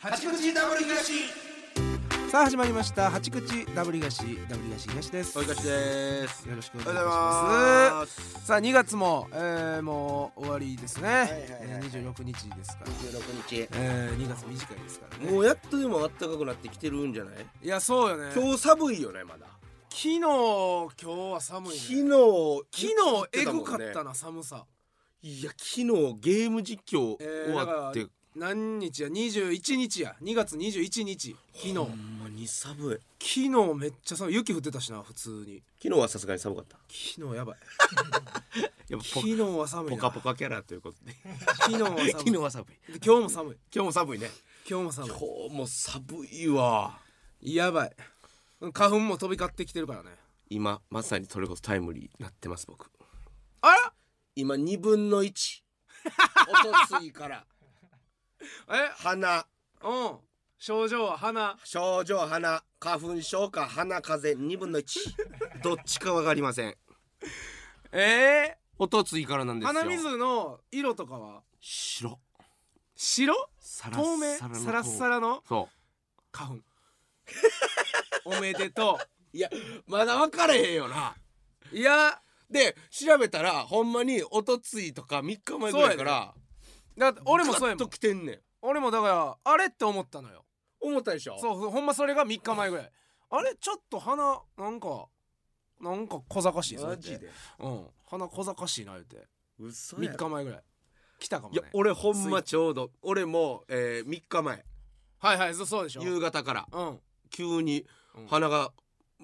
八口ダブル東さあ始まりました八口ダブリガシダブリガシ東ですおいかしですよろしくおお願いしはようございまますすさあ2月も、えー、もう終わりですね、いはいはいえー、26日ですから、 26えー、2月短いですから日ねもうやっとでも暖かくなってきてるんじゃないいやそうよね今日寒いよねまだ昨日今日は寒い昨ね日昨日えぐかったな寒さいや昨日ゲーム実況終わってえーだ何日や21日や2月21日昨日ほんまに寒い昨日めっちゃ寒い雪降ってたしな普通に昨日はさすがに寒かった昨日やばいやっぱ昨日は寒いポなカポカキャラということで昨日は寒い昨日は寒いで今日も寒い今日も寒いね今日も寒い今日も寒いわやばい花粉も飛び交ってきてるからね今まさにそれこそタイムリーになってます僕あら今2分の1 おとついからえ鼻うん症状は鼻症状鼻花粉症か鼻風邪2分の1 どっちかわかりませんえおとついからなんー、ですよ鼻水の色とかは白白サ透明サラッサララのそ 花粉おめでとういやまだ分かれへんよなういやで調べたらほんまにおとついとか3日前ぐらいからだって俺もそうやずもんっと来てんねん俺もだからあれって思ったのよ思ったでしょうそうほんまそれが3日前ぐらいあれちょっと鼻なんかなんか小賢しいマジでうん鼻小賢しいな言うて嘘3日前ぐらい来たかもいねや俺ほんまちょうど俺も、え3日前はいはいそそうでしょ夕方からうん急にうん鼻が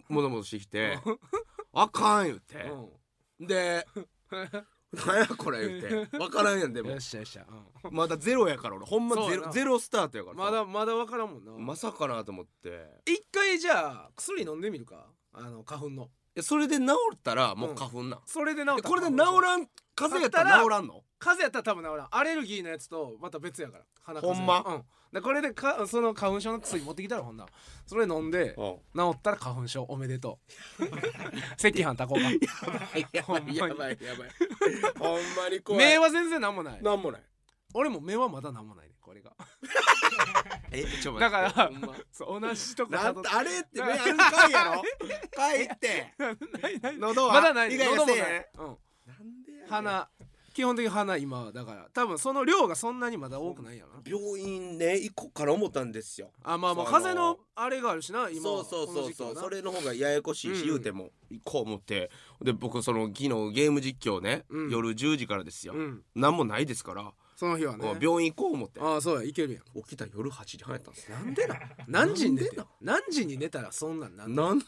もどもどしてきて「あかん」言うて、で 「なんやこれ」言うて分からんやんでうん、よもっしゃよっしゃ、うまだゼロやから俺ほんまゼそうやロなゼロスタートやかん、らまだまだわからんもんな、まさかなと思って一回じゃあ薬飲んでみるかあの花粉のえそれで治ったらもう花粉なん、それで治っえたこれで治んらん風邪やったら治らんの風邪やったら多分治らんアレルギーのやつとまた別やから鼻風邪ほんまうんでこれでかその花粉症の薬持ってきたらほんならそれ飲んでうん治ったら花粉症おめでと う赤飯炊こうか ばいややばいやばいほんまに怖い目は全然なんもないなんもない俺も目はまだなんもないねこれがえちょだからほんま そう同じとこなたんどあれって目あるかいや ろかいってないない喉はまだない意外喉もせえない、うん、なんでやねん鼻基本的に鼻今はだから多分その量がそんなにまだ多くないやろな病院ね行こうから思ったんですよあまあまあその風邪のあれがあるしな今そうそうそうそうそそれれの方がややこしいし、うん言うても行こう思ってで僕その昨日ゲーム実況ね、うん夜10時からですよ、うんなんもないですから、その日はねこう病院行こう思ってああそうやいけるやん起きたら夜8時半やったんですねなんでな何時に寝てん何時に寝たらそんなんなん なんで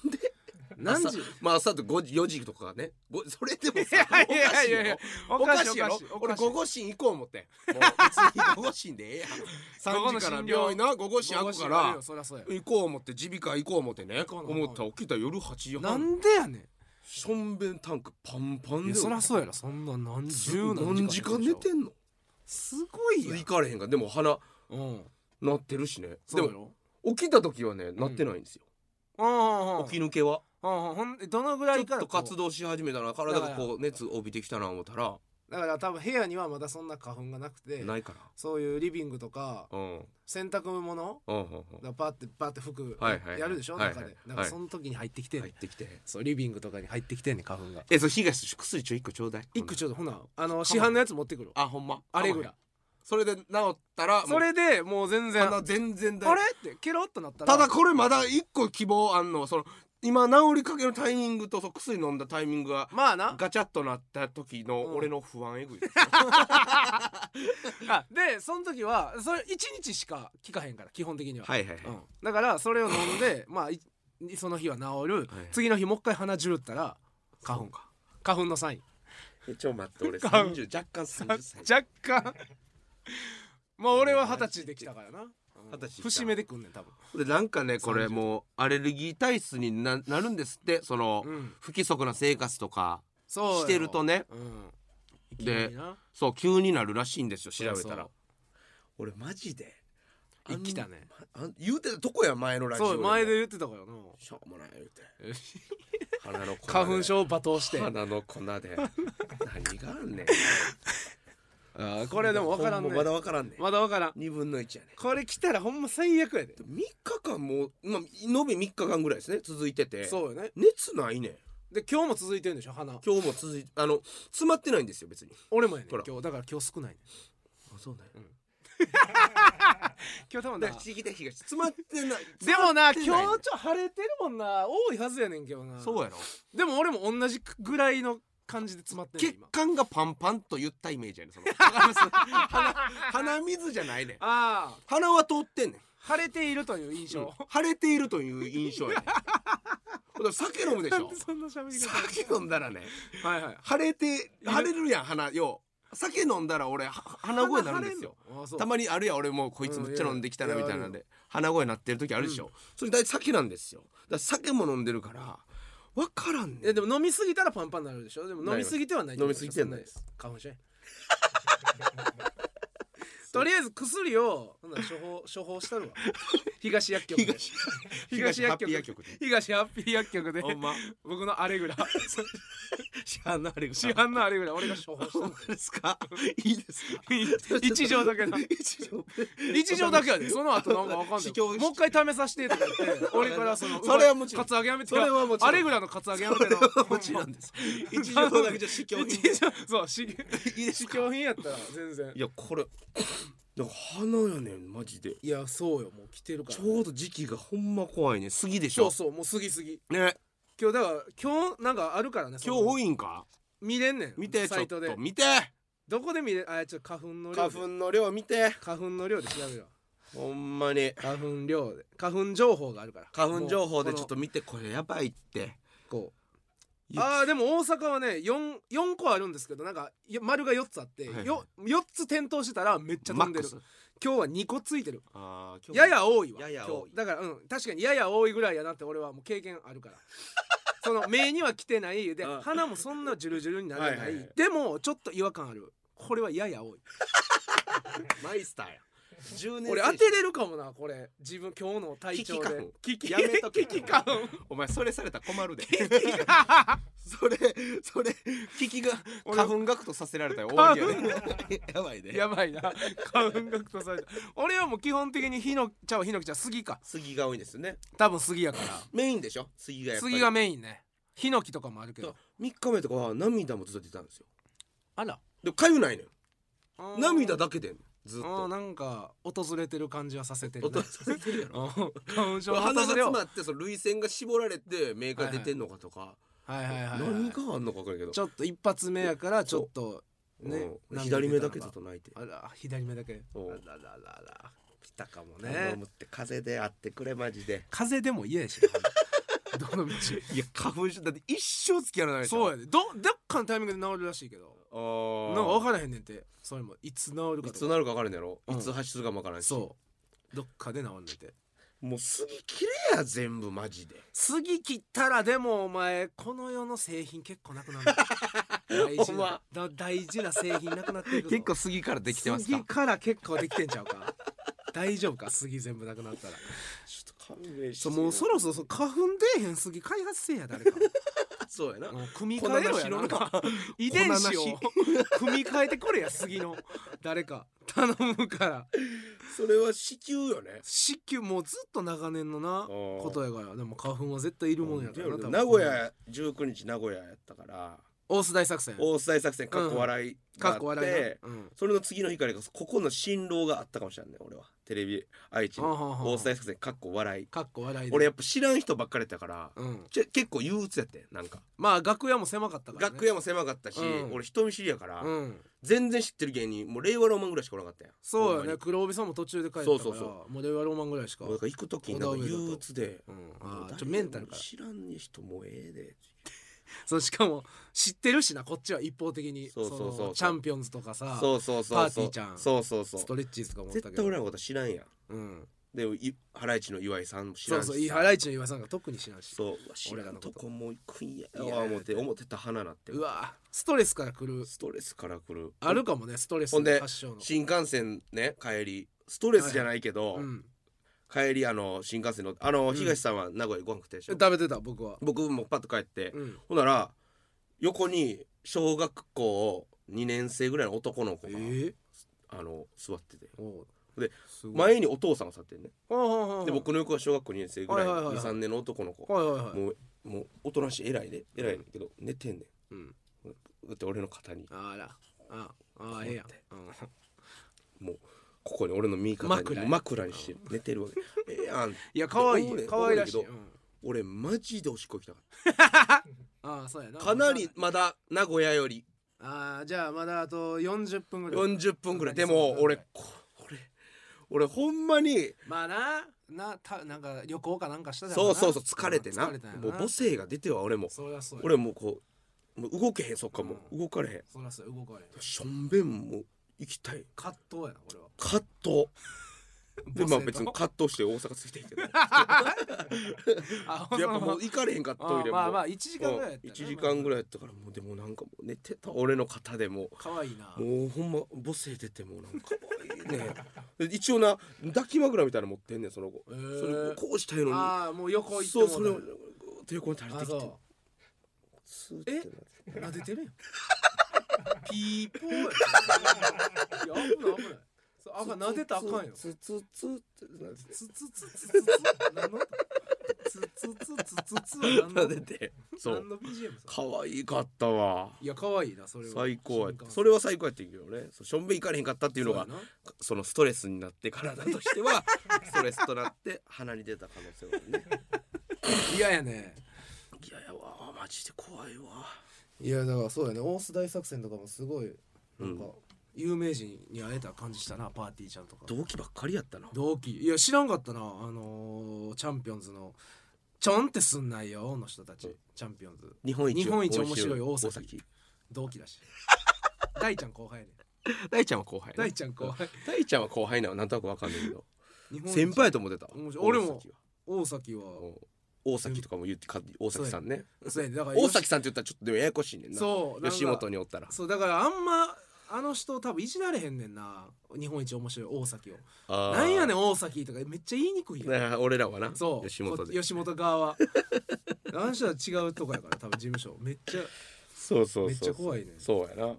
何時朝まあ朝と5時4時とかねごそれでもさおいやいやかしいいやいよやおかしいやろお俺かしい午後診行こう思っても う別に午後診でええやん午後3の時から診療病院な午後診あ午後る診かあるらよそりゃそうや行こう思って耳鼻科行こう思ってね行こうな思ったら起きたら夜8時な半んでやねしょんべんタンクパンパんいンやでそりゃそうやろそんな何十十何時間寝てんんのすごいやん行かれへんからでも鼻うん鳴ってるしねそでうやもろ起きた時はね鳴ってないんですよ、うんうんうん起き抜けはうんうんほんでどのぐらちょいっからとこう活動し始めたら体がこう熱帯びてきたな思ったらだから多分部屋にはまだそんな花粉がなくてないからそういうリビングとかうんうん洗濯物うんうんだからパッてパッて服はいはいはいやるでしょはいはい中ではいだからその時に入ってきてんね入んってきてそうリビングとかに入ってきてんねん花粉がえそう東薬ちょ一個ちょうだい一個ちょっとほなあの市販のやつ持ってくるあほんまあれぐらいそれで治ったらもうそれでもう全然鼻あ全然だれってケロッとなったらただこれまだ一個希望あんのその今治りかけのタイミングとそう薬飲んだタイミングがまあなガチャっとなった時の俺の不安え ぐい、あでその時はそれ1日しか効かへんから基本的には、はいはいはい、うん、だからそれを飲んでまあいその日は治る、次の日もう一回鼻じゅるったら花粉そうか花粉のサインえちょ待って俺か30若干30歳 若干まあ俺は二十歳できたからな二十歳節目でくんねん多分でなんかねこれもうアレルギー体質にななるんですってその、うん不規則な生活とかそうよしてるとねうんいきなでりなそう急になるらしいんですよ調べそたうらそう俺マジであん生きたねあん言うてたとこや前のラジオそうも前で言ってたからなしょうもない言うて鼻の粉で花粉症を罵倒して 鼻の粉で何があんねんあーこれでも分からんねほまだ分からんねまだ分からん2分の1やねこれ来たらほんま最悪やで3日間もう、まあ、延べ3日間ぐらいですね続いててそうよね熱ないねで今日も続いてるんでしょ花今日も続いあの詰まってないんですよ別に俺もやねほら今日だから今日少ないねあそうだよ今日多分だなから不思議だ東詰まって ないでもなて今ない日ちょっと晴れてるもんな多いはずやねんけどなそうやろでも俺も同じぐらいの感じで詰まってんねん血今管がパンパンと言ったイメージやねん その鼻鼻水じゃないねんああ鼻は通ってんねん晴れているという印象、腫れているという印象やねんだから酒飲むでしなんょでそんな喋り方酒飲んだらねはいはい腫れて腫れるやん鼻よう酒飲んだら俺は鼻声になるんですよたたままにあるやん俺もうこいつむっちゃ飲んできたなうんいみやたいなんで鼻声なってる時あるでしょ、それ大体酒なんですよだから酒も飲んでるから分からんねえんでも飲みすぎたらパンパンになるでしょでも飲みすぎてはない飲みすぎてはないです花粉症やとりあえず薬をほんなら処方処方したるわ東薬局で東東薬東ハッピー局薬局で東ハッピー薬局でほ んま僕のあれぐらい市販のあれが市販のあれぐらい俺が処方し本当ですかいいですかた一錠だけな一錠一錠だけやでその後なんかわかん試ない供もう一回試させてとか言って俺からそのそれはもちろんカツアゲやめてそれはもちろんあれぐらいのカツアゲやめてなもちろんです一錠だけじゃ試供品 一錠そうい試いです試か供品やったら全然 いやこれなんか鼻やねんマジでいやそうよもう来てるからちょうど時期がほんま怖いね杉でしそうょそうもう過ぎ過ぎね今日だから今日なんかあるからね今日多いいんか見れんねん見てちサょイっトとで見てどこで見れあちょっと花粉の量花で粉の量見て花粉の量で調べろほんまに花粉量で花粉情報があるから花粉情報でもちょうっと見てこれやばいってこのこう雪あーでも大阪はね 4, 4個あるんですけどなんかよ丸が4つあって、はいはいよ4つ点灯してたらめっちゃ飛んでるマックス今日は2個ついてるあー今日やや多いわやや今日多いだからうん確かにやや多いぐらいやなって俺はもう経験あるからその目には来てないでうん鼻もそんなジュルジュルにならないはいはいはいでもちょっと違和感あるこれはやや多いマイスターや10年俺当てれるかもなこれ自分今日の体調で危機ややめめととけけ 危機感 お前それされたら困るで それそれ危機が俺花粉学徒させられたら終わりやね やばいね やばいな花粉がとされた俺はもう基本的にヒノちゃうヒノキちゃう杉か杉が多いんですよね多分杉やからメインでしょ杉がやっぱり杉がメインねヒノキとかもあるけど3日目とかは涙もずっと出たんですよあらでもかゆないねん涙だけでずっあーとなんか訪れてる感じはさせてる、音ねが、させてる やろうん花粉症の鼻訪がれ詰をまってその涙腺が絞られて目が出てんのかとか、はいはいはい、何があんのか分からんけどちょっと一発目やからちょっとねうん左目だけずっと泣いてあら左目だけあうんらららら来たかもね頼むって風邪であってくれマジで風邪でも嫌やし どの道いや花粉症だって一生付き合わないでしょそうやでどどっかのタイミングで治るらしいけどあなーんか分からへんねんてそれもいつ治るかいとつかなるか分からんやろ、うんいつ発出かも分からんしそうどっかで治んねんてもう杉切れや全部マジで杉切ったらでもお前この世の製品結構なくなる大事ほんなまだ大事な製品なくなっていくぞ結構杉からできてますか杉から結構できてんちゃうか大丈夫か杉全部なくなったらちょっと勘弁してそうもうそろそろその花粉出えへん杉開発せえや誰か そうやなもう組み替えろや粉なんなしか遺伝子を 組み替えてくれや杉の誰か頼むから それは子宮よね湿気もうずっと長年のなあー ことやからでも花粉は絶対いるもんやからな多分名古屋19日名古屋やったから大須大作戦大須大作戦かっこ笑いがかってあっ、こ笑いな、うん、それの次の日からこそここの新郎があったかもしれない俺はテレビ愛知あはのは大須大作戦かっこ笑いかっこ笑いで俺やっぱ知らん人ばっかりやったから、うん、ちょ結構憂鬱やってんなんかまあ楽屋も狭かったから、ね、楽屋も狭かったし、うん俺人見知りやから、うん全然知ってる芸人もう令和ロマンぐらいしかおらなかったやんそうほんよまねに黒帯さんも途中で帰ったからそうそうそモデルはロマンぐらいしか、もうなんか行く時になんか憂鬱でうん、もあうーちょ誰っとメンタルから知らん人もうええでそうしかも知ってるしなこっちは一方的にそうそうそうそうのチャンピオンズとかさそうそうそうそうパーティーちゃんそうそうそうストレッチーズとかもおったけど絶対俺らのこと知らんやんうん、でいハライチの岩井さんも知そらうんしそうさハライチの岩井さんが特に知らんしそううわ知俺ららんのこととこも行くんやいやわ思って思ってた花なってうわストレスから来るストレスからくるあるかもねストレスほんで発症の新幹線ね帰りストレスじゃないけど、うん帰りあの新幹線のあのん東さんは名古屋ご飯食ってたでしょ、食べてた僕は、僕もパッと帰って、うん、ほんなら横に小学校2年生ぐらいの男の子えが、ー、あの座ってておうですごい前にお父さんが座ってんねほうほうほうほうで僕の横が小学校2年生ぐらいはいはいはいはい23年の男の子はいはいはいもうもうおとなしい偉いで偉いねんけど寝てんねうんんだって俺の肩にあらああええやん、うん、もうここに俺の右肩に枕や枕にして寝てるわけ ええやんいや可愛でい俺よ可愛らしい、俺うけどん、俺マジでおしっこ行きたかっああそうやなたかなりまだ名古屋よりああじゃあまだあと40分ぐらい40分ぐらいそでんなにも俺こ俺俺ほんまにまあななたなんか旅行かなんかしたじゃんそうそうそう疲れてな疲れたんやなもう母性が出ては俺もそりゃそうや俺もうこうもう動けへんそっかもう動かれへんそりゃそうや動かれへんしょんべんも行きたい葛藤やな俺は葛 藤でま母性あと別に葛藤して大阪つい てんけどやっ あほんまぱもう行かれへんかったトイレもまあまあ1時間ぐらいやった1な時間ぐらいやったからもうでもなんかもう寝てた俺の肩 でも可愛いなもうほんま母性出てもうなんかいいね で一応な抱き枕みたいなの持ってんねんその子へーそれこうしたいのにああもう横行ってそうそれもをうた抵抗に垂れあてきてそスーってなう撫ってでてるやんピーポーやいや危ない危ないそうあかん撫でたらあかんよツツツツツってなってつつつつつつ何のつつつつつつは何の撫でてそう何の BGM さ可愛かったわいや可愛いなそれは最高や新幹線それは最高やってんけどねそうしょんべん行かれへんかったっていうのがそやなそのストレスになって体として はストレスとなって鼻に出た可能性はあるね嫌やねいやいやわマジで怖いわいやだからそうやね大須大作戦とかもすごいなんかうん有名人に会えた感じしたなパーティーちゃんとか同期ばっかりやったな同期いや知らんかったなあのーチャンピオンズのちょんってすんないよの人たち、うんチャンピオンズ日本一日本一面白い大崎大崎同期だ し大ちゃん後輩やね大ちゃんは後輩ね大ちゃん後輩大ちゃんは後輩なのなんとなくわかんないけど日本一先輩やと思ってた面白い俺も大崎は大崎はうん大崎とかも言ってか大崎さんねそうやねだから大崎さんって言ったらちょっとでもややこしいねんなそうなんか吉本におったらそうだからあんまあの人多分いじられへんねんな日本一面白い大崎をあーなんやねん大崎とかめっちゃ言いにくいやんなあ 俺らはなそう吉本こで吉本側 はあの人は違うとこやから多分事務所めっちゃそうそうそうめっちゃ怖いねそうやな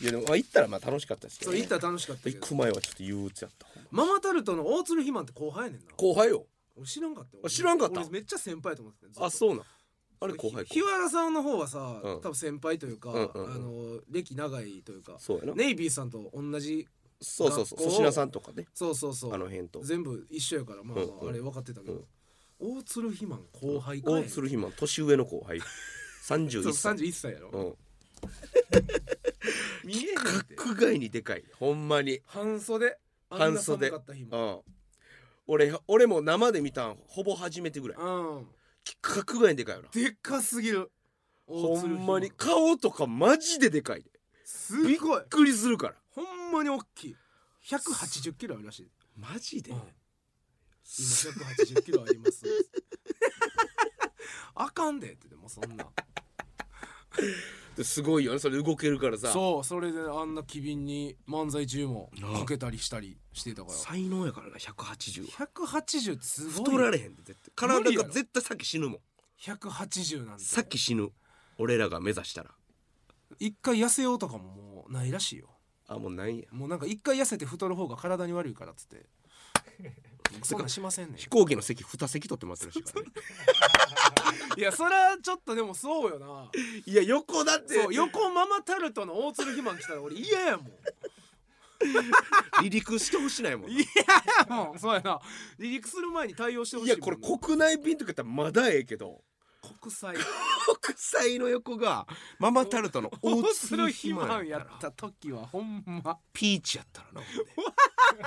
いやでもまあ行ったらまあ楽しかったですけそどうね行ったら楽しかったけ行どく前はちょっと憂鬱やったママタルトの大鶴ひまんって後輩やねんな後輩よ俺知らんかったよあ知らんかった俺めっちゃ先輩やと思ってたよずっとあそうなんあれ後輩ひ日原さんの方はさ、う多ん分先輩というか、うんうんうんあの歴長いというかそうやなネイビーさんと同じそうそうそう学校粗品さんとかねそうそうそうあの辺と全部一緒やからまあ、まあうんうんあれ分かってたけど、大鶴ひまん後輩かい大鶴ひまん年上の後輩31そう歳31歳やろ、うん 見えへんって格外にでかいほんまに半袖あん半な寒袖かった日うもん俺俺も生で見たんほぼ初めてぐらいうん格外にでかいよなでっかすぎる大ほ鶴ひんまに顔とかマジででかいですびっごいくりするからほんまに大きい180キロあるらしいマジで今180キロありますあかんでってでもそんなですごいよねそれ動けるからさ そうそれであんな機敏に漫才中もかけたりしたりしてたか才能やからな180はら180ってすごい太られへんで絶対無理や体ろが絶対さっき死ぬもん180なんてさっき死ぬ俺らが目指したら一回痩せようとかももうないらしいよあもうないんやもうなんか一回痩せて太る方が体に悪いからっつ って僕そんなんしませんね飛行機の席2席取ってもらってるらしいからね いやそれはちょっとでもそうよないや横だってそう横ママタルトの大鶴ひまん来たら俺嫌やもん離陸してほしないもんないやもうそうやな離陸する前に対応してほしいいもやんこれ国内便とかやったらまだええけど国際国際の横がママタルトの大大鶴鶴ひひままんんややったったら時はほんまピーチやったらなほんで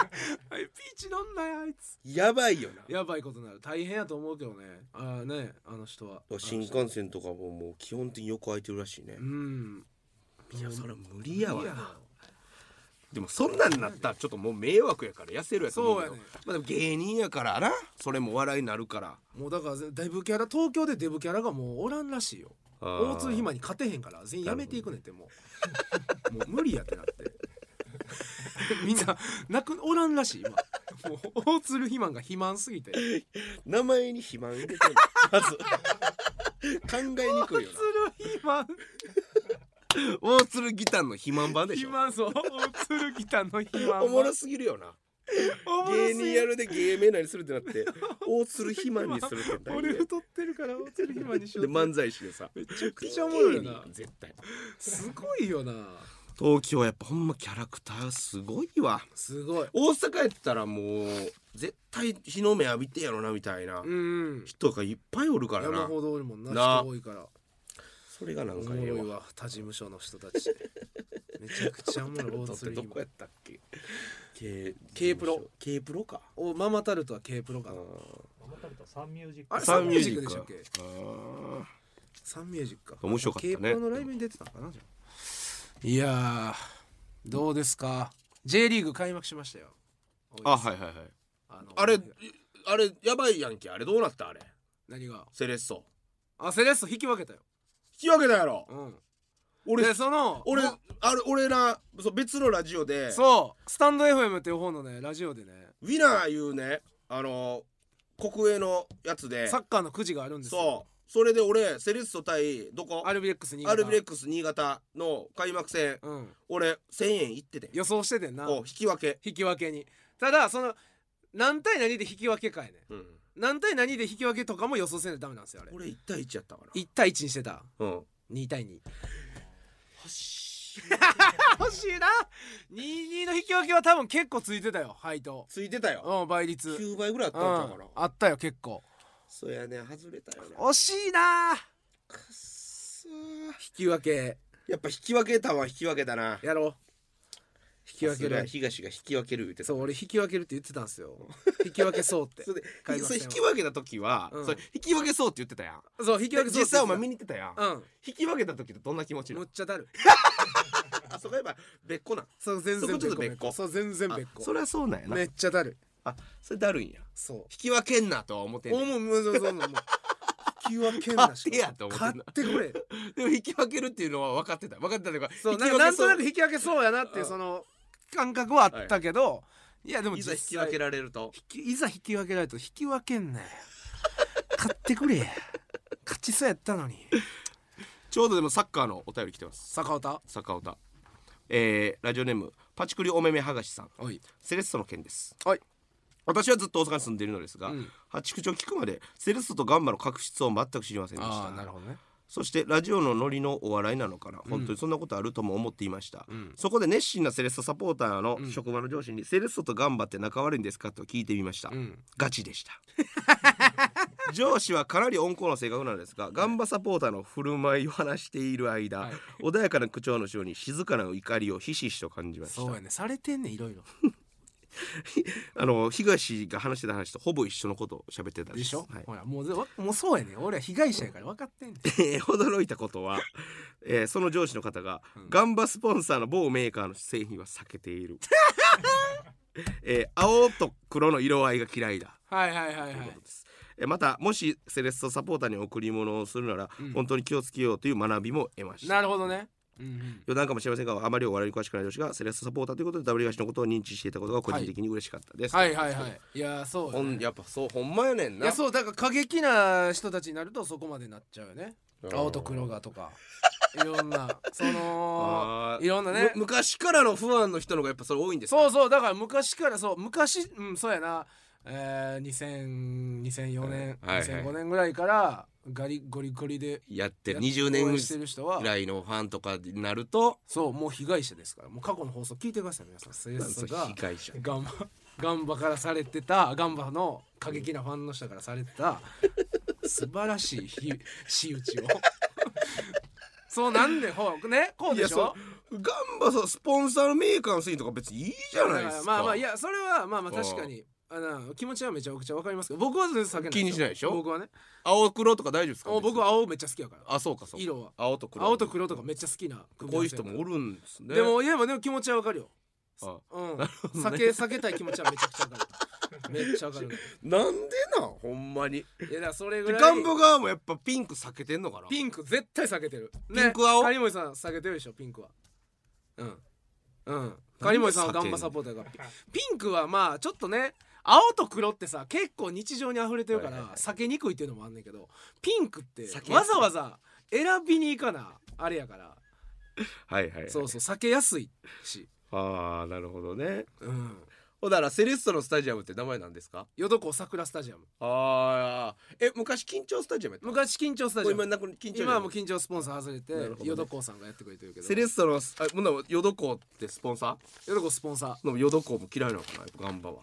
あいピーチ飲んなよあいつやばいよなやばいことになる大変やと思うけどねああねあの人は新幹線とかももう基本的に横空いてるらしいねうんいやそれは無理やわいいやなでもそんなんなったらちょっともう迷惑やから痩せるやつもうけそどうやねまあでも芸人やからなそれも笑いになるからもうだからデブキャラ東京でデブキャラがもうおらんらしいよあー大鶴ひまに勝てへんから全員やめていくねんってもうもう無理やって なってみんななくおらんらしい今もう大鶴ひまんが肥満すぎて名前に肥満入れてるまず考えにくいよ鶴ひまん大鶴ギターの肥満版でしょ今そう鶴ギターの肥満おもろすぎるよなおもろす芸ぎ人やるで芸名何するってなって大鶴肥満にするって大俺変太ってるから大鶴肥満にしようでって漫才師でさめちゃくちゃおもろいよな絶対すごいよな東京やっぱほんまキャラクターすごいわすごい大阪やったらもう絶対日の目浴びてやろなみたいなうん人がいっぱいおるから山なほどおるもんなな人多いからそれがなおんかもええろいわわ他事務所の人たちめちゃくちゃおもろい大だって鶴肥どこ満やったっけ K K プロ K プロかおママタルトは K プロかなうママタルトはサンミュージックあれササンンミミュューージッジッククかでしたっけサンミュージックか面白かったね K プロのライブに出てたのかなじゃあいやーどうですか J リーグ開幕しましたよんあはいはいはいあのあれあれやばいやんけあれどうなったあれ何がセレッソあセレッソ引き分けたよ引き分けたやろうん俺でその俺もあれ俺らそう別のラジオでそうスタンド FM っていう方のねラジオでねウィナーいうねあの国営のやつでサッカーのくじがあるんですよそうそれで俺セレッソ対どこアルビレックスにアルビレックス新潟の開幕戦うん俺1000円いってて予想しててんなお引き分け引き分けにただその何対何で引き分けかやねうん何対何で引き分けとかも予想せないとダメなんですよあれ俺1対1やったから1対1にしてたうん2対2 欲しいな22の引き分けは多分結構ついてたよ配当ついてたようん倍率9倍ぐらいあっうたんんちゃうかなあったよ結構そうやね外れたよな惜しいなくっそー引き分けやっぱ引き分けたわ引き分けだなやろう引き分けさすがる東が引き分ける言ってたそう俺引き分けるって言ってたんですよ引き分けそうってそれで開幕それ戦は引き分けた時は、うんそれ引き分けそうって言ってたやんそう引き分けそう実際お前見にに行ってたやん、う引き分けた時ってどんな気持ちんなむのっちゃだるあそこやっぱ別個なんそう全然そこちょっと別個そう全然別あ個それはそうなんやな、めっちゃだるあそれだるいんやそう引き分けんなとは思ってんねおんもうもうそうそうもう引き分けんなし勝手やと思ってん買のってくれでも引き分けるっていうのは分かってた分かってたというかそう引なきん分かけなんとなくそう引き分けそうやなっていうその感覚はあったけど、い、やでもい実際ざ引き分けられると引きいざ引き分けられると引き分けんなよ買ってくれ勝ちそうやったのにちょうどでもサッカーのお便り来てます坂本坂尾田えーラジオネームパチクリおめめはがしさんおいセレッソの件ですはい私はずっと大阪に住んでいるのですが、うん八口を聞くまでセレッソとガンマの確執を全く知りませんでしたほどねそしてラジオのノリのお笑いなのかな、本当にそんなことあるとも思っていました、そこで熱心なセレッソサポーターの職場の上司に、セレッソとガンバって仲悪いんですかと聞いてみました、んガチでした 上司はかなり温厚な性格なんですがガンバサポーターの振る舞いを話している間、はい穏やかな口調の主に静かな怒りをひしひしと感じましたそうやねされてんねいろいろあの東が話してた話とほぼ一緒のことを喋ってたんでしょ、はいほらもうぜわもうそうやね俺は被害者やから分かってんねんえー驚いたことは、えーその上司の方が、ガンバスポンサーの某メーカーの製品は避けて いる、えー青と黒の色合いが嫌いだはいはいはいはというこいとです、えーまたもしセレッソサポーターに贈り物をするなら、ん本当に気をつけようという学びも得ましたなるほどねうんうん余談かもしれませんがあまりお笑いに詳しくない上司がセレッソサポーターということで W 東のことを認知していたことが個人的に嬉しかったです、はいはいはいいやそうほやね、んやっぱそうほんまやねんいなやそうだから過激な人たちになるとそこまでなっちゃうよねうん青と黒がと かいろんなそのあーいろんなねむ昔からのファンの人の方がやっぱそれ多いんですかそうそうだから昔からそう昔うんそうやな、えー、2000 2004年、はいはい2005年ぐらいからガリゴリゴリでやってやるっ20応年援してる人はぐらいのファンとかになるとそうもう被害者ですからもう過去の放送聞いてください皆さんセレッソが被害者ガンバ ガンバからされてたガンバの過激なファンの人からされて た素晴らしいひ仕打ちを そうなんでほうねこうでしょガンバさスポンサーのメーカーの製品とか別にいいじゃないですかまあまあいやそれはまあまあ確かにあの気持ちはめちゃくちゃわかりますけど僕は全然避けない気にしないでしょ僕はね青黒とか大丈夫ですかお僕は青めっちゃ好きやからあそうかそうか色は青と黒青と黒とかめっちゃ好きな組み合こうわいうせや人からもおるんですねでもいやでも気持ちはわかるよあうん、避け避けたい気持ちはめちゃくちゃわかるめっちゃわかるねなんでなんほんまにいやだからそれぐでらいガンバ側もやっぱピンク避けてんのかなピンク絶対避けてる。ピンク青カリモイさん避けてるでしょ、ピンクは。うん。うん。カリモイさんはガンバサポーターが。ピピンクはまあちょっとね、青と黒ってさ、結構日常に溢れてるかはいはいらはい避けにくいっていうのもあんねんけど、ピンクって避けやすいわざわざ選びに行かな、あれやから。はいはいはいそうそう避けやすいし、ああなるほどねうん、ほんだらセレッソのスタジアムって名前なんですか淀港桜スタジアムああえ昔緊張スタジアムやった昔緊張スタジもうア今ムなく緊張じゃ今ないはもう緊張スポンサー外れてなるほどね淀港さんがやってくれてるけどセレッソのあほんなら淀港ってスポンサ淀港スポンサーーでも淀港も嫌いなのかなやっぱガンバは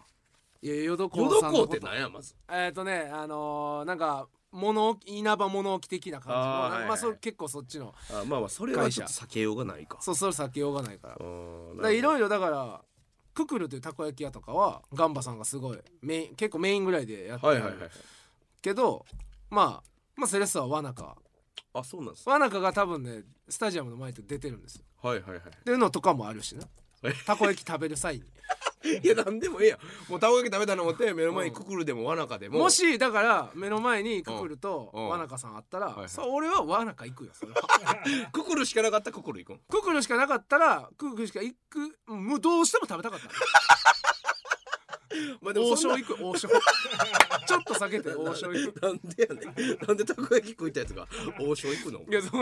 いや淀港淀さんの港こっとてなんやまずえっ、とねあのーなんか物置稲葉物置的な感じのあなんーかはいはいまあそれ結構そっちのあまあまあそれ会はち社ょっと避けようがないかそうそれ避けようがないからだかうんらいなるろいろだからククルというたこ焼き屋とかはガンバさんがすごいメイン結構メインぐらいでやっほてどるはいはいはいけど、まあまあセレッソはワナカあそうなんですかワナカが多分ねスタジアムの前で出てるんですよはいはいはっていうのとかもある しなえたこ焼き食べる際にいいやなんでもええやんもうたこ焼き食べたの思って目の前にククルでもわなかでももしだから目の前にククルとうんうんワナカさんあったいはらいそう俺はワナカ行くよそれは ククルしかなかったらククル行くんククルしかなかったらククルしか行くもうどうしても食べたかった まあ王そん将な行く 王将ちょっと避け て王将行くなんでやねん。なんでたこ焼き食いたやつが王将行くのいやそう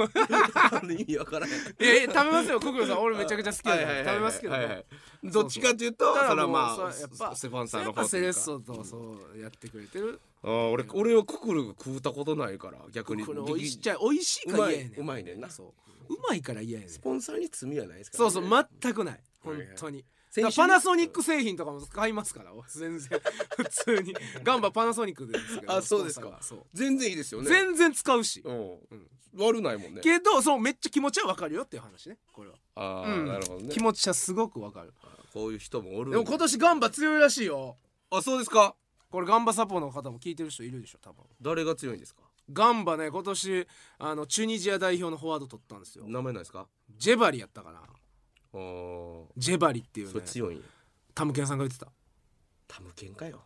なんで意味わからへん。いやいや食べますよククルさん俺めちゃくちゃ好きだはいかはいらは食いはいべますけどはねいはいどっちかというと、だかそれらもはうまあ、そうやっぱステファンさんやのっ方ぱとセいレうッかソとそうやってくれてるあー俺、俺はククル食うたことないから、逆に。これ美味しいちゃい美味しいうからま嫌やいね、んうまいねんな。スそううまいから嫌やねんポンサーに罪はないですからそね。うそう全くないはい本はい当に先だ週からパナソニック製品とかも買いますから全 然普通にガンバパナソニックですけどあそうですかスポンサーがそう全然いいですよね。全然使うしうん。悪ないもんね。けどそうめっちゃ気持ちはわかるよっていう話ねこれはああ、うんなるほどね気。持ちはすごくわかるこういう人もおる。でも今年ガンバ強いらしいよあ、そうですか。これガンバサポの方も聞いてる人いるでしょ多分誰が強いんですかガンバね今年あのチュニジア代表のフォワード取ったんですよ名前ないですかジェバリやったかなあージェバリっていうそれね強いんや。タムケンさんが言ってたタムケンかよ。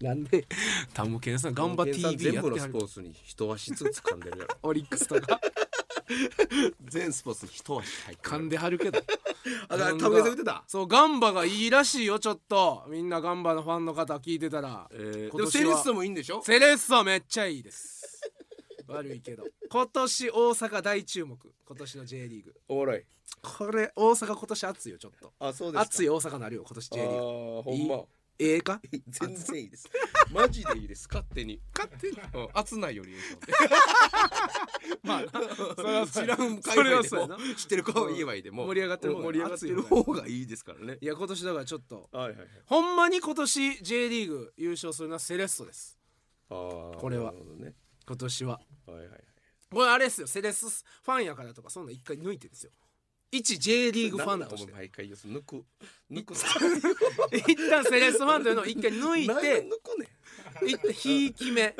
なんでタムケンさんガンバタムケンさん TV や全って部のはスるポーツに一足ずつ噛んでる やろオリックスとか全スポーツに一足入って噛んでではるけどあだからなんタかムケンさん言ってたそうガンバがいいらしいよちょっとみんなガンバのファンの方聞いてたら、えー今でもセ年レはッソもいいんでしょセレッソめっちゃいいです悪いけど今年大阪大注目今年の J リーグおもろいこれ大阪今年熱いよちょっとあそうですか熱い大阪なるよ今年あ J リーグーほんまええか全然いい ですマジでいいです勝手に勝手にうん熱ないよりいいと まあそれはそう思う知やらんそれ界は隈でそうやもな 知ってる顔言えばいいでも盛り上がってる方が盛り上がってる熱い方よがいいですからねいや今年だからちょっとはいはいはいほんまに今年 J リーグ優勝するのはセレッソですあーこれはなるほどね今年ははいはいはいこれあれですよセレッソファンやからとかそんなん一回抜いてですよ一 J リーグファンとしなんてだお前毎回言う抜く抜く一旦セレッソファンというのを一回抜いなんでて抜くねん一旦ひいき 目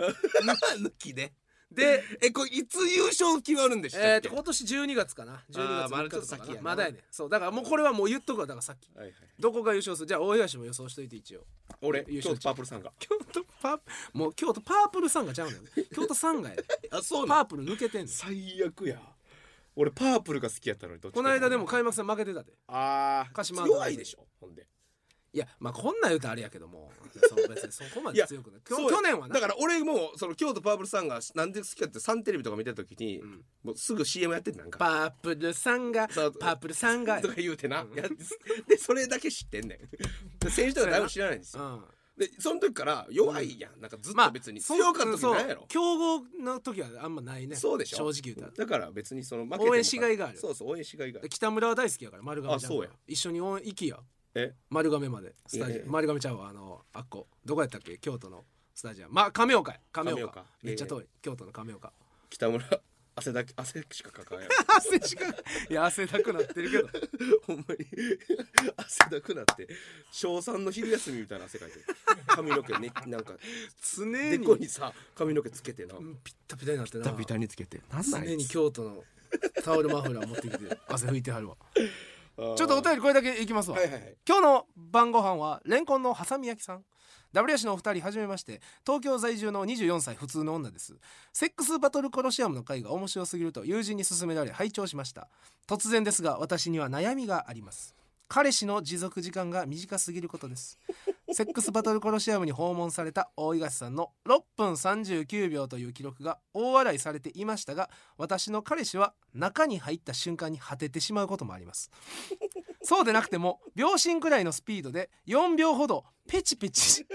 抜きで。で、え、これいつ優勝決まるんでしたえっっけと、今年12月かな12あー月ま3だ日ちとょっとかか先やななまだやねそうだからもうこれはもう言っとくわだからさっきはいはい、どこが優勝するじゃあ大東も予想しておいて一応俺、優勝今日パープルさんが。京都パープもう京都パープルさんがちゃうのよ京都さんがやであ、そパープル抜けてんの最悪や。俺、パープルが好きやったのに、どっちかこの間でも、開幕戦負けてたでああ、鹿島弱いでしょ、ほんで。いやまあこんなん言うとあれやけどもそう別にそこまで強くないきょそう去年はなだから俺もうその京都パープルさんがなんで好きかってサンテレビとか見た時に、んもうすぐ CM やっててなんかパープルさんがパそうープルさんがとか言うてな、やってでそれだけ知って んねんで選手とか誰も知らないんですうよんでその時から弱いやんなんかずっと別に強かった時ないやろそう強豪の時はあんまないねそうでしょ正直言うたらだから別にその負応援しがいがあるそうそう応援しがいがあでる北村は大好きやから丸亀ちゃんあそうや一緒に応援行きやえ丸亀までスタジええアム丸亀ちゃんはあのあっこどこやったっけ京都のスタジアムまあ亀岡や亀岡亀岡めっちゃ遠い、京都の亀 岡北村汗だけ汗しかかかんやん 汗しかいや汗だくなってるけどほんまに汗だくなって小三の昼休みみたいな汗かいてる髪の毛ねなんか常でにこにさ髪の毛つけてなうんピッタピタになってなにつけてなん常に京都のタオルマフラー持ってきて汗拭いてはる わちょちょっとお便りこれだけいきますわ、はいはいはい今日の晩ご飯はレンコンのハサミ焼きさん W 氏のお二人はじめまして東京在住の24歳普通の女ですセックスバトルコロシアムの会が面白すぎると友人に勧められ拝聴しました突然ですが私には悩みがあります彼氏の持続時間が短すぎることですセックスバトルコロシアムに訪問された大東さんの6分39秒という記録が大笑いされていましたが私の彼氏は中に入った瞬間に果ててしまうこともありますそうでなくても秒針くらいのスピードで4秒ほどペチペチ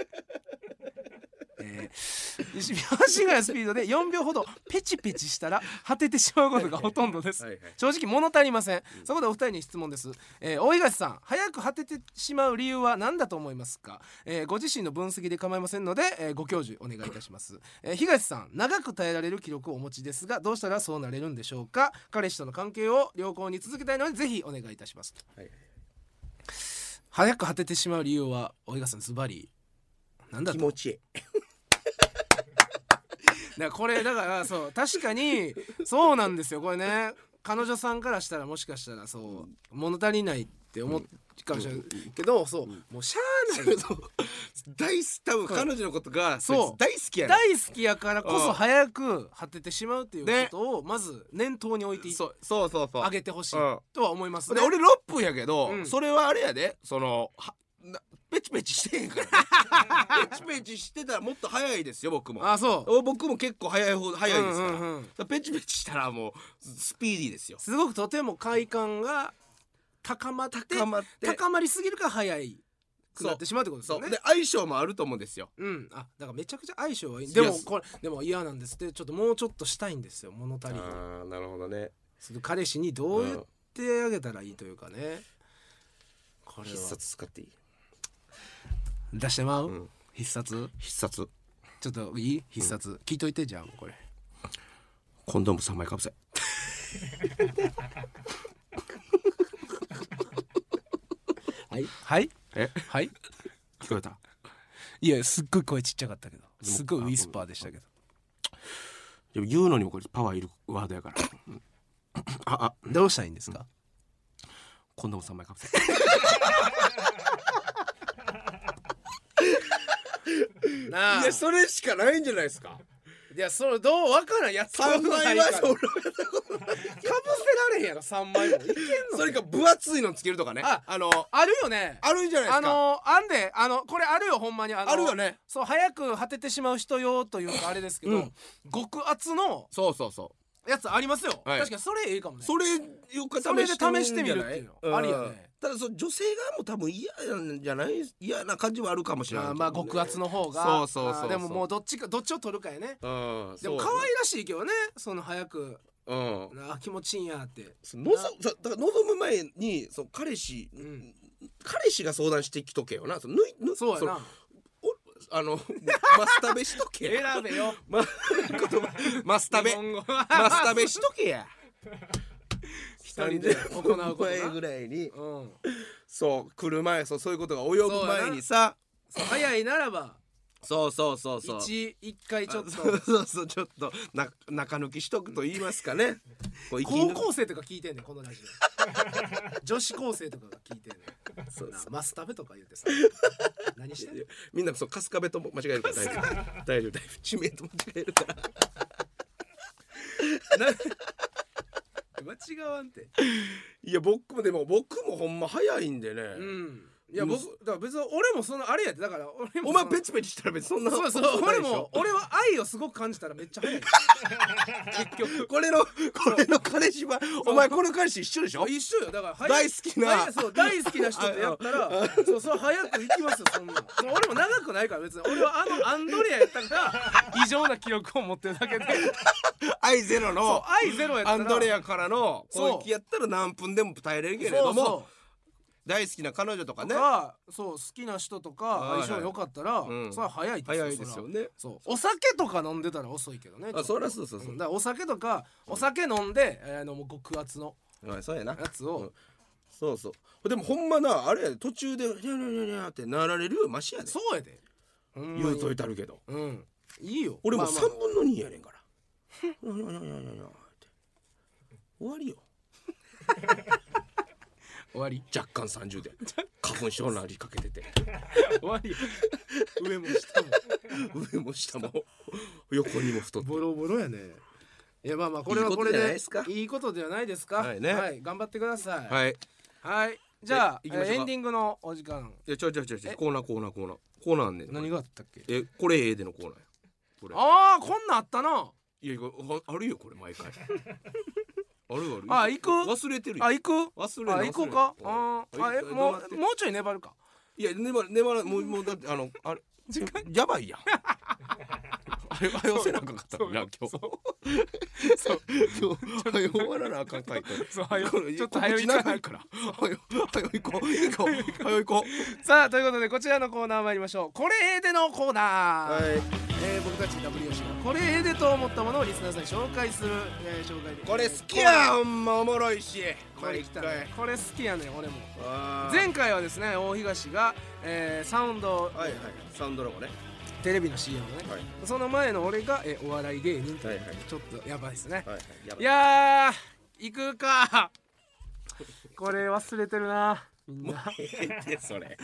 えー、秒針ぐらいのスピードで4秒ほどペチペチしたら果ててしまうことがほとんどですはいはい正直物足りません、そこでお二人に質問です、えー大東さん早く果ててしまう理由は何だと思いますか、えーご自身の分析で構いませんので、えーご教授お願いいたします、えー東さん長く耐えられる記録をお持ちですがどうしたらそうなれるんでしょうか彼氏との関係を良好に続けたいのでぜひお願いいたしますはい早く果ててしまう理由は大東さんズバリ何だ気と持ちいいだからこれだからそう確かにそうなんですよこれね彼女さんからしたらもしかしたらそう物足りないって思うかもしれないけどそうもうしゃあない大好き多分彼女のことがそう大好きやね大好きやからこそ早く果ててしまうっていうことをまず念頭に置いていそうそうそうそうあげてほしいうんとは思いますでね俺6分やけど、うんそれはあれやでそのはなペチペチしてへんからね ペチペチしてたらもっと早いですよ僕もあそうお僕も結構早い方早いですから,、うんうんうんペチペチしたらもうスピーディーですよすごくとても快感が高まって高まって高まりすぎるから早いくなってしまうってことですそようねで相性もあると思うんですようん、あだからめちゃくちゃ相性はいいいでやもこれでも嫌なんですってちょっともうちょっとしたいんですよ物足りないああなるほどねその彼氏にどう言ってあげたらいいというかねこれ必は殺使っていい出してまう、ん必殺必殺ちょっといい必殺、聞いといてじゃあもうこれコンドーム3枚かぶせはいはいえはい聞こえたいやすっごい声ちっちゃかったけどすっごいウィスパーでしたけどでも言うのにもこれパワーいるワードやからああどうしたらいいんですか、コンドーム3枚かぶせなあいやそれしかないんじゃないですかいやそれどうわからんやつ3枚はそれかぶせられへんやろ3枚もいけんのそれか分厚いのつけるとかねああのあるよねあるんじゃないですかあのあんであのこれあるよほんまにあのあるよねそう早く果ててしまう人用というかあれですけど、うん極厚のそうそうそうやつありますよ、はい確かにそれいいかもねそれよくそれで試してみるっていうのありやねただその女性側も多分嫌なんじゃない嫌な感じはあるかもしれないあーまあ極厚の方がそうそうそうそうあーでももうどっちかどっちを取るかやねうんでも可愛らしいけどねその早くうんあー気持ちいいんやってそう望そうだから望む前にそう彼氏、ん彼氏が相談してきとけよなそのぬいぬそうやのなお あのマスタベしとけ選べよまマスタベ日本語マスタ ベしとけや一人で行うことな30前ぐらいにうんそう来る前そうそういうことが及ぶ前にさそう早いならばそうそうそうそう一一回ちょっ とそうそうそうちょっとな中抜きしとくと言いますかね こう息高抜き校生とか聞いてんねんこのラジオ女子高生とかが聞いてんねんそうなマスタブとか言ってさ何してんのみんなそう春日部とも間違えるから大丈夫大丈夫大丈夫地名と間違えるから 間違わんていや僕もでも僕もほんま早いんでね、うんいや僕だから別に俺もそのあれやってだから俺もお前そのペチペチしたら別にそんなそうそう俺も俺は愛をすごく感じたらめっちゃ早い結局これのこれの彼氏はお前この彼氏一緒でしょ一緒よだから早い大好きな早いそう大好きな人とや ったらそうそう早く行きますよそんなその俺も長くないから別に俺はあのアンドレアやったから異常な記録を持ってるだ けで愛ゼロの愛ゼロやったアらンドレアからのそう攻撃やったら何分でも耐えれるけれそどうもそう大好きな彼女とかねがそう好きな人とかはい相性良かったら、うんそれは早いですよ早いですよねそらそうお酒とか飲んでたら遅いけどねあそりゃそうそううそんう、だからお酒とかお酒飲んで、えーあのもう極厚のうんそうやなやつを、うんそうそうでもほんまなあれやで途中で「にゃにゃにゃにゃ」ってなられるよりマシやでそうやでほんまに言うといたるけどうんいいよ俺もうまあまあ3分の2やねんから「にゃにゃにゃにゃにゃにゃ」って終わりよ終わり若干30で花粉症なりかけてて終わり上も下も 上も下も横にも太っ てボロボロやねいやまあまあこれはこれいいことじゃなでいいことではないですかいですかはいね頑張ってくださいはいはいじゃあえ行きましょうかエンディングのお時間いやちゃうちゃうちゃうちゃえうコーナーコーナーコーナーコーナーあんねん何があったっけえこれええでのコーナーやこれああこんなんあったないやいやああるよこれ毎 回あるあるあ行く忘れてるよあ行く忘れある行こうかあーあえもううもうちょい粘るかいや粘ら粘らもうもうだってあのあれ時間やば いやんあれは寄せなあかんかったもんな今日 そう今日はよ終わらなあかんかいそうはよこれちょっとはよ告知長いからはよはよ行こう行こうはよ行こうさあということでこちらのコーナー参りましょうこれええでのコーナー、はいえー僕たち W 吉がこれええでと思ったものをリスナーさんに紹介する、えー紹介でこれ好きやほんまおもろいしこれ来たねこれ好きやね俺もあー前回はですね大東が、えーサウンドはいはいサウンドロゴねテレビの CM ね、はいその前の俺が、えーお笑い芸人とはいはいちょっとやばいですね、はいはいやばい、いやー行くかこれ忘れてるなみんなええそれ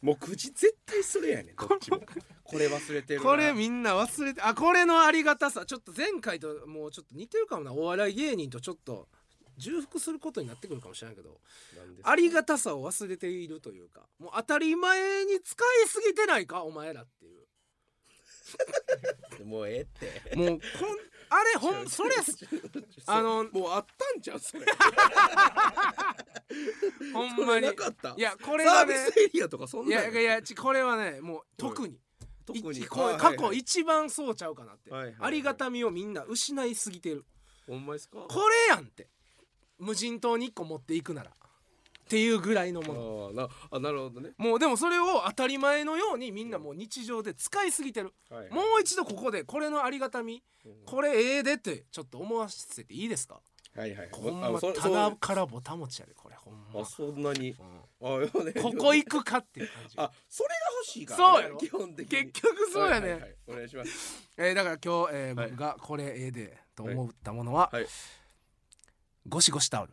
もう口絶対それやねんどっちもこれ忘れてるなこれみんな忘れてあこれのありがたさちょっと前回ともうちょっと似てるかもなお笑い芸人とちょっと重複することになってくるかもしれないけどなんですかありがたさを忘れているというかもう当たり前に使いすぎてないかお前らっていうもうええってもうこんあれ ほんそれあのもうあったんじゃんそれほんそまれになかったいやこれサはービねスエリアとかそんいなんやいやちこれはねもう特に特にいこう過去一番そうちゃうかなって、はいはいはいありがたみをみんな失いすぎてるほんまですかこれやんって無人島に1個持っていくならっていうぐらいのあものーなあなるほどねもうでもそれを当たり前のようにみんなもう日常で使いすぎてるはいもう一度ここでこれのありがたみこれええでってちょっと思わせていいですかはいはいほんあまそ棚からぼたもちやでこれほんまそうあそんなにうあよねんここ行くかっていう感じあそれが欲しいからそうやろ基本的に結局そうやね、はいはいはいお願いしますえーだから今日、えーはい僕がこれええでと思ったものは、はいゴシゴシタオル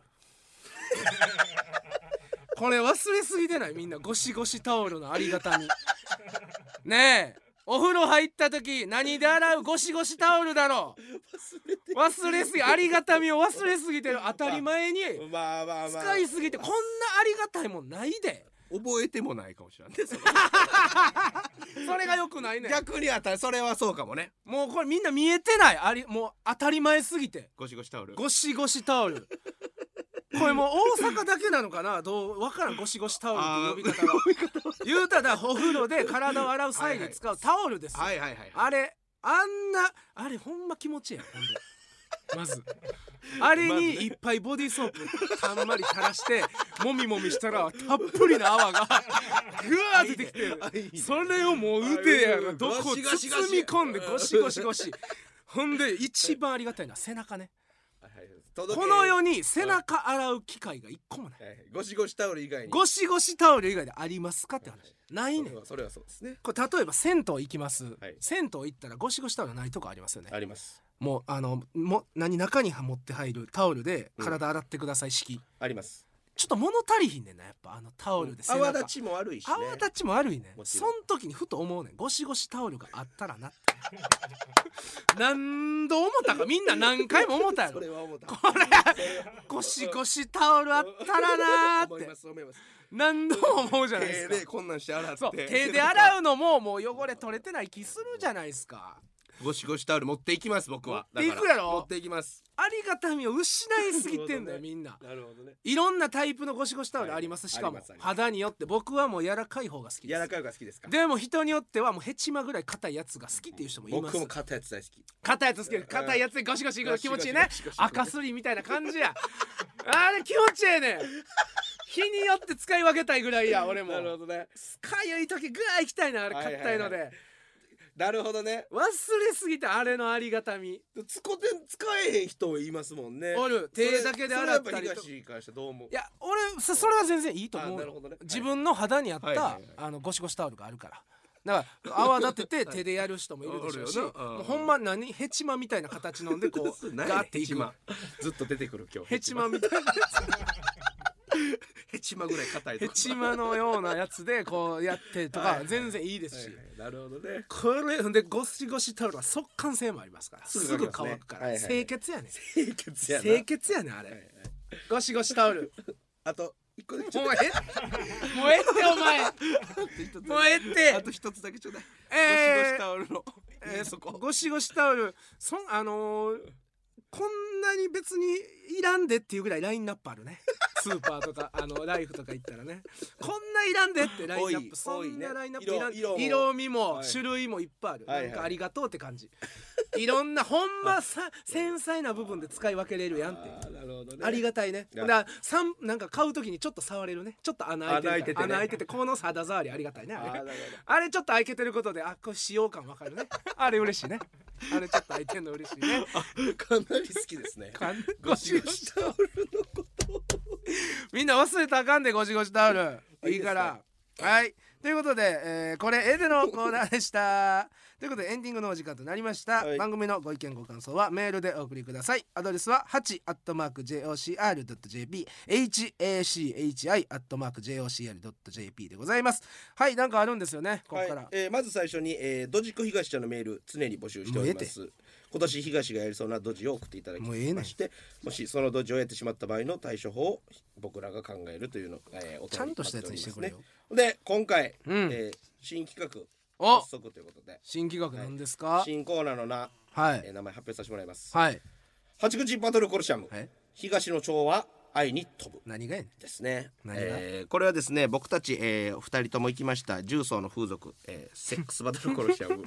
これ忘れすぎてないみんなゴシゴシタオルのありがたみねえお風呂入った時何で洗うゴシゴシタオルだろう忘れすぎありがたみを忘れすぎてる当たり前にまあまあまあ使いすぎてこんなありがたいもんないで覚えてもないかもし れないそれがよくないねん逆にあたそれはそうかもねもうこれみんな見えてないありもう当たり前すぎてゴシゴシタオルゴシゴシタオル。これもう大阪だけなのかなどうわからんゴシゴシタオルって呼び方が言うたらお風呂で体を洗う際に使うタオルですよ、はいはいはいあれあんなあれほんま気持ちいいやんほんで まずあれにいっぱいボディーソープたんまり垂らしてもみもみしたらたっぷり の泡がぐわー出てきてあいいねそれをもう腕やらどこ包ゴみシゴシゴシ込んでゴシゴシゴシほんで一番ありがたいのは背中ねはいはい届けこの世に背中洗う機会が一個もないはいはいゴシゴシタオル以外にゴシゴシタオル以外でありますかって話ないねんそれはそれはそうですねこれ例えば銭湯行きます、はい銭湯行ったらゴシゴシタオルないとこありますよねありますもうあのも何中に持って入るタオルで体洗ってください式、ありますちょっと物足りひんねんなやっぱあのタオルで背中、泡立ちも悪いしね泡立ちも悪いねもちそろんん時にふと思うねんゴシゴシタオルがあったらなって 何度思ったかみんな何回も思ったやろ それは思ったこれゴシゴシタオルあったらなー思っいてます思います何度も思うじゃないです手かでこんなんして洗ってそう手で洗うのももう汚れ取れてない気するじゃないですかゴシゴシタオル持っていきます僕は持っていくだやろから持っていきますありがたみを失いすぎてんだよなるほどねみんななるほどねいろんなタイプのゴシゴシタオルありますはいしかありもますあります肌によって僕はもう柔らかい方が好き柔でらすかい方が好きですかでも人によってはもうヘチマぐらい硬いやつが好きっていう人もいま僕すも硬いやつ大好き 硬いやつ好きで硬いやつでゴシゴシいくの気持ちいいねゴシゴシゴシゴシ赤すりみたいな感じやあれ気持ちいいねん日によって使い分けたいぐらいや俺もどねかゆい時ぐらい行きたいなあれはいはいはい硬いので、なるほどね忘れすぎたあれのありがたみつこてん使えへん人いますもんねおるそれ手だけで洗ったそれりやっとぱ東からしたらどう思ういや俺そそれは全然いいと思あうなるほどね自分の肌に合った、はいはいはいあのゴシゴシタオルがあるからだから泡立てて手でやる人もいるでしょうし、おるよなうんもうほんま何ヘチマみたいな形のんで こう何ガーっていヘチくマずっと出てくる今日ヘチマみたいなヘチマぐらい硬いとヘかチマのようなやつでこうやってとはいかはい全然いいですはし、いはいなるほどねこれほんでゴシゴシタオルは速乾性もありますからすすぐ,、ぐ乾きますね乾くから、はいはいはい清潔やねん清潔やな清潔やねんあれ、はいはいゴシゴシタオルあと一個だけちょもううだいえもうえってお前もうえあっとて一つだけちょうだい。ゴシゴシえータオルの。ええー、ーそこ。ゴシゴシタオルそんあのーこんなに別にいらんでっていうぐらいラインナップある ねスーパーとかあのライフとか行ったらねこんないらんでってラインナッ多いプそん多いねなラインナップいらん色色色も味もはい種類もいっぱいある、はいはいなんかありがとうって感じ、い、ろんなほん まさ繊細な部分で使い分けれるやんってあーなるほどねありがたいね。いやださんなんか買うときにちょっと触れるね。ちょっと穴開いてるから穴開穴い開ていてててこの肌触りありがたいね。あーあなるれほどあれちょっと開けてることであこれ使用感わかるね。あれ嬉しいね。あれちょっと開いてんの嬉しいね。かなり好きですねかんゴシゴシタオルのことをみんな忘れたらあかんでゴシゴシタオル。いいいいから。はい。ということで、えーこれ絵でのコーナーでした。ということでエンディングのお時間となりました。はい番組のご意見ご感想はメールでお送りください。アドレスは 8-jocr.jp hachi-jocr.jp でございます。はい、なんかあるんですよね、ここから。はいえーまず最初に、えー、ドジック東ちゃんのメール常に募集しております今年東がやりそうなドジを送っていただきもうまええねんしてもしそのドジをやってしまった場合の対処法を僕らが考えるというのを、えー、お便りちゃんとしたやつにしてくれよ待っておりますねで今回、うんえー新企画お早速ということで新企画なんですか、新コーナーのな、はい、えー名前発表させてもらいますはい。八口バトルコルシアムはい東の蝶は愛に飛ぶ何がやねん。ですね、何がえーこれはですね僕たち、えー、2人とも行きました重曹の風俗、えーセックスバトルコロシア ム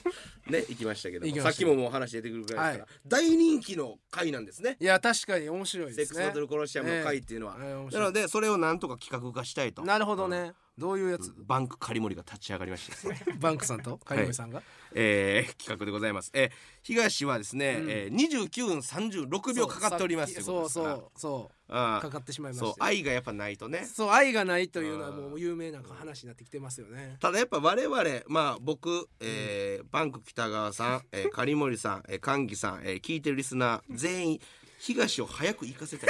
ね行きましたけど行きもまさしたっきももうお話出てくるぐらいですから、は大人気の回なんですねいや、確かに面白いセでックすスね。バトルコロシアムの回っていうのは、ええええ面な白いのでそれをなんとか企画化したいとなるほどね。どういうやつ、バンク仮盛りが立ち上がりましたで すね。バンクさんと海森さんが、えー、企画でございます。えー、東はですね、えー、29分36秒かかっておりますということそうでそすからうそうあーかかってしまいましたそうよ愛がやっぱないとねそう愛がないというのはもう有名な話になってきてますよねただやっぱ我々まあ僕、えーバンク北川 さん、えー、狩森さん、えー、歓喜さん、えー、聞いてるリスナー全員東を早く行かせたい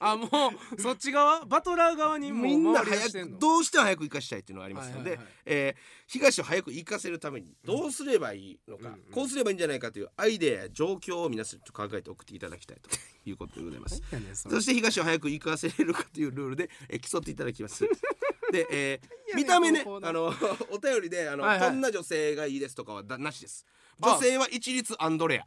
あもうそっち側バトラー側に もうみんな回り出早してんくのどうしても早く行かしたいっていうのがありますので、はいはいはい。えー東を早く行かせるためにどうすればいいのか、こうすればいいんじゃないかというアイデアや状況を皆さんちょっと考えて送っていただきたいということでございます 何やねんそれそして東を早く行かせれるかというルールで、 えー競っていただき ます。で、えー見た目ねこのコー、ナーあの、 お便りで、あの、はいはいこんな女性がいいですとかはだなしです。女性は一律アンドレ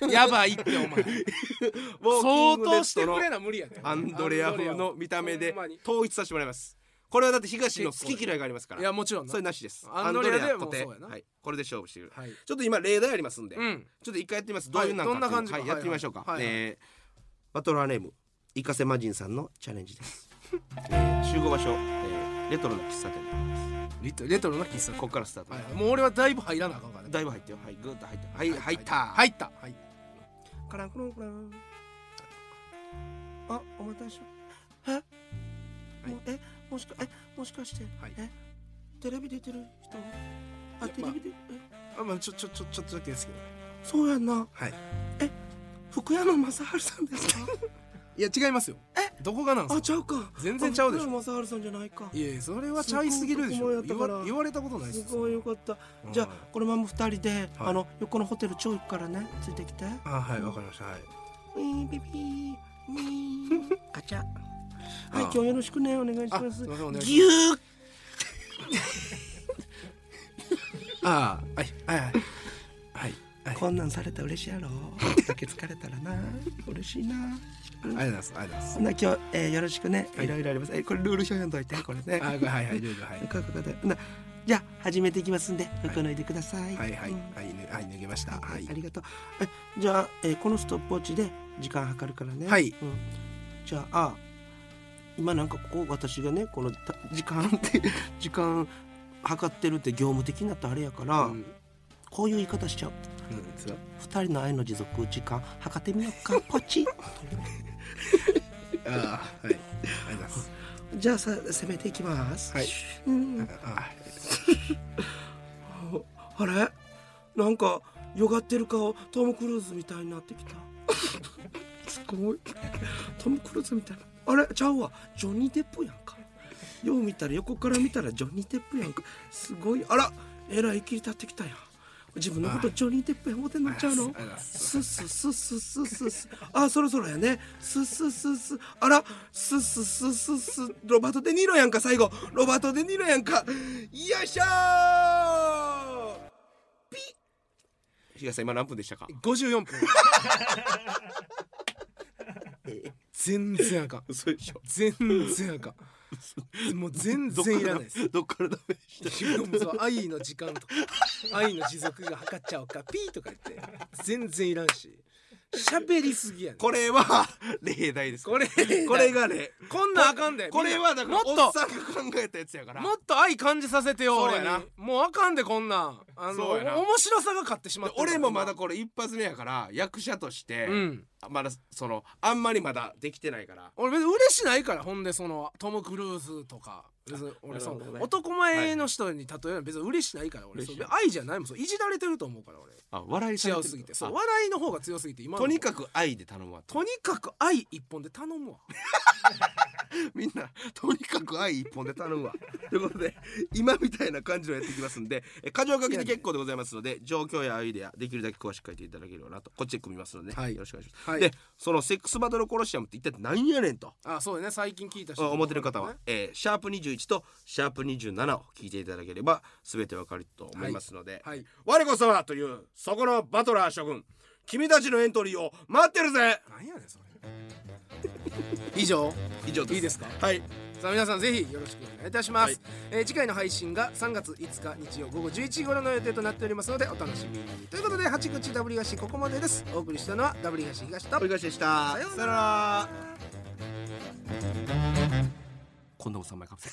ア。やばいってお前 相当してくれな。な無理やでアンドレア風の見た目でほんまに統一させてもらいます。これはだって東の好き嫌いがありますから。いやもちろんなそれなしです。アンドレアでアンドレアともうそうやて、なはい、これで勝負してくる。はいちょっと今例題ありますんで、うんちょっと一回やってみます。どういうなんかっていうの、はいどんな感じかはい、やってみましょうか。はいはいはいえーバトラーネームイカセマジンさんのチャレンジです。えー集合場所、えーレトロな喫茶店です。レトレトロな喫茶ここからスタート。はい、もう俺はだいぶ入らなあかんからねだいぶ入ってよ。はい、ぐーっと入った。はい、入った。入ったはいカランコロンコランあお待たせしえ、もうえもしかえもしかして、はいえテレビ出てる人あいやテレビで、えあまあちょちょちょちょっとだけですけどそうやんなはいえ福山雅治さ んですかいや違いますよえどこがなんすあかちゃうか全然ちゃうでしょあ福山雅治さんじゃないかいやいやそれはちゃいすぎるでしすごいょと言こもやったからわ言われたことないですすごいよかったじゃあこのまま二人で、あの横のホテル超行くからねついてきてあはいわかりましたはいウィーンピピーウィ ーンガチャはいあ今日よろしくねお願いしまあすすいませんお願いしますぎゅーああはいはいはいはいはいこんなんされたら嬉しいやろだけ疲れたらな嬉しいなありがとうございますありがとうございますほな今日、えーよろしくね、はいい、ろいろありますえこれルール表読んどいてこれねあはいはいはいルールはいよかったよかったほなじゃあ始めていきますんで服脱いでくださいはいはいはいうんぬはい脱げましたははいいありがとうえじゃあ、えーこのストップウォッチで時間計るからねはいうん、じゃああ今なんかここ私がねこのた時間って 時間計ってるって業務的になったあれやから、うんこういう言い方しちゃううんそれは二人の愛の持続時間測ってみようかポ チああはいありがとうございますじゃあさ攻めていきますはいうんああれなんかよがってる顔トム・クルーズみたいになってきたすごいトム・クルーズみたいなあれちゃうわジョニー・デップやんかよう見たら横から見たらジョニー・デップやんかすごいあらえらい切り立ってきたやん自分のことジョニー・デップや思ってんのちゃうのありがとうございますスッスッスッスッスッスッスッあそろそろやねスッスッスッスッあらスッスッスッスッスッロバート・デ・ニーロやんか最後ロバート・デ・ニーロやんかよいしょー東さん今何分でしたか54分全然あかん嘘でしょ全然あかんもう全どっか然いららなダいメですどっからダメでしたもうそう愛の時間 とか愛の持続が測っちゃおうかピーとか言って全然いらんし喋りすぎやねんこれは例題ですこれこれがねこんなんあかんでこれはだからみんなおもっっとさんが考えたやつやからもっと愛感じさせてよそう俺やになもうあかんでこんなんあのそうやな面白さが勝ってしまっでてるから俺もまだこれ一発目やから役者として、うんまだそのあんまりまだできてないから俺別に嬉しないからほんでそのトム・クルーズとか別に俺そなるほのどね男前の人に例えるのは別に嬉しないから俺嬉しそなれい愛じゃないもんそういじられてると思うから俺あ笑い強すぎてそうあ笑いの方が強すぎて今のとにかく愛で頼むわとにかく愛一本で頼むわみんなとにかく愛一本で頼むわということで今みたいな感じのやっていきますんでえ箇条書きで結構でございますので状況やアイデアできるだけ詳しく書いていただければなとこっちで組みますので、はいよろしくお願いします、はいでそのセックスバトルコロシアムって一体何やねんとあそうだね最近聞いた人思ってる方は、ねえーシャープ21とシャープ27を聞いていただければ全てわかると思いますので、はい我こそはというそこのバトラー諸君君たちのエントリーを待ってるぜなんやねんそれ以上以上ですいいですかはいさあ皆さんぜひよろしくお願いいたします、はいえー次回の配信が3月5日日曜午後11時頃の予定となっておりますのでお楽しみにということで八口ダブリガシここまでですお送りしたのはダブリガシ東と折り返しでしたさようならさよら今度も3枚かぶせ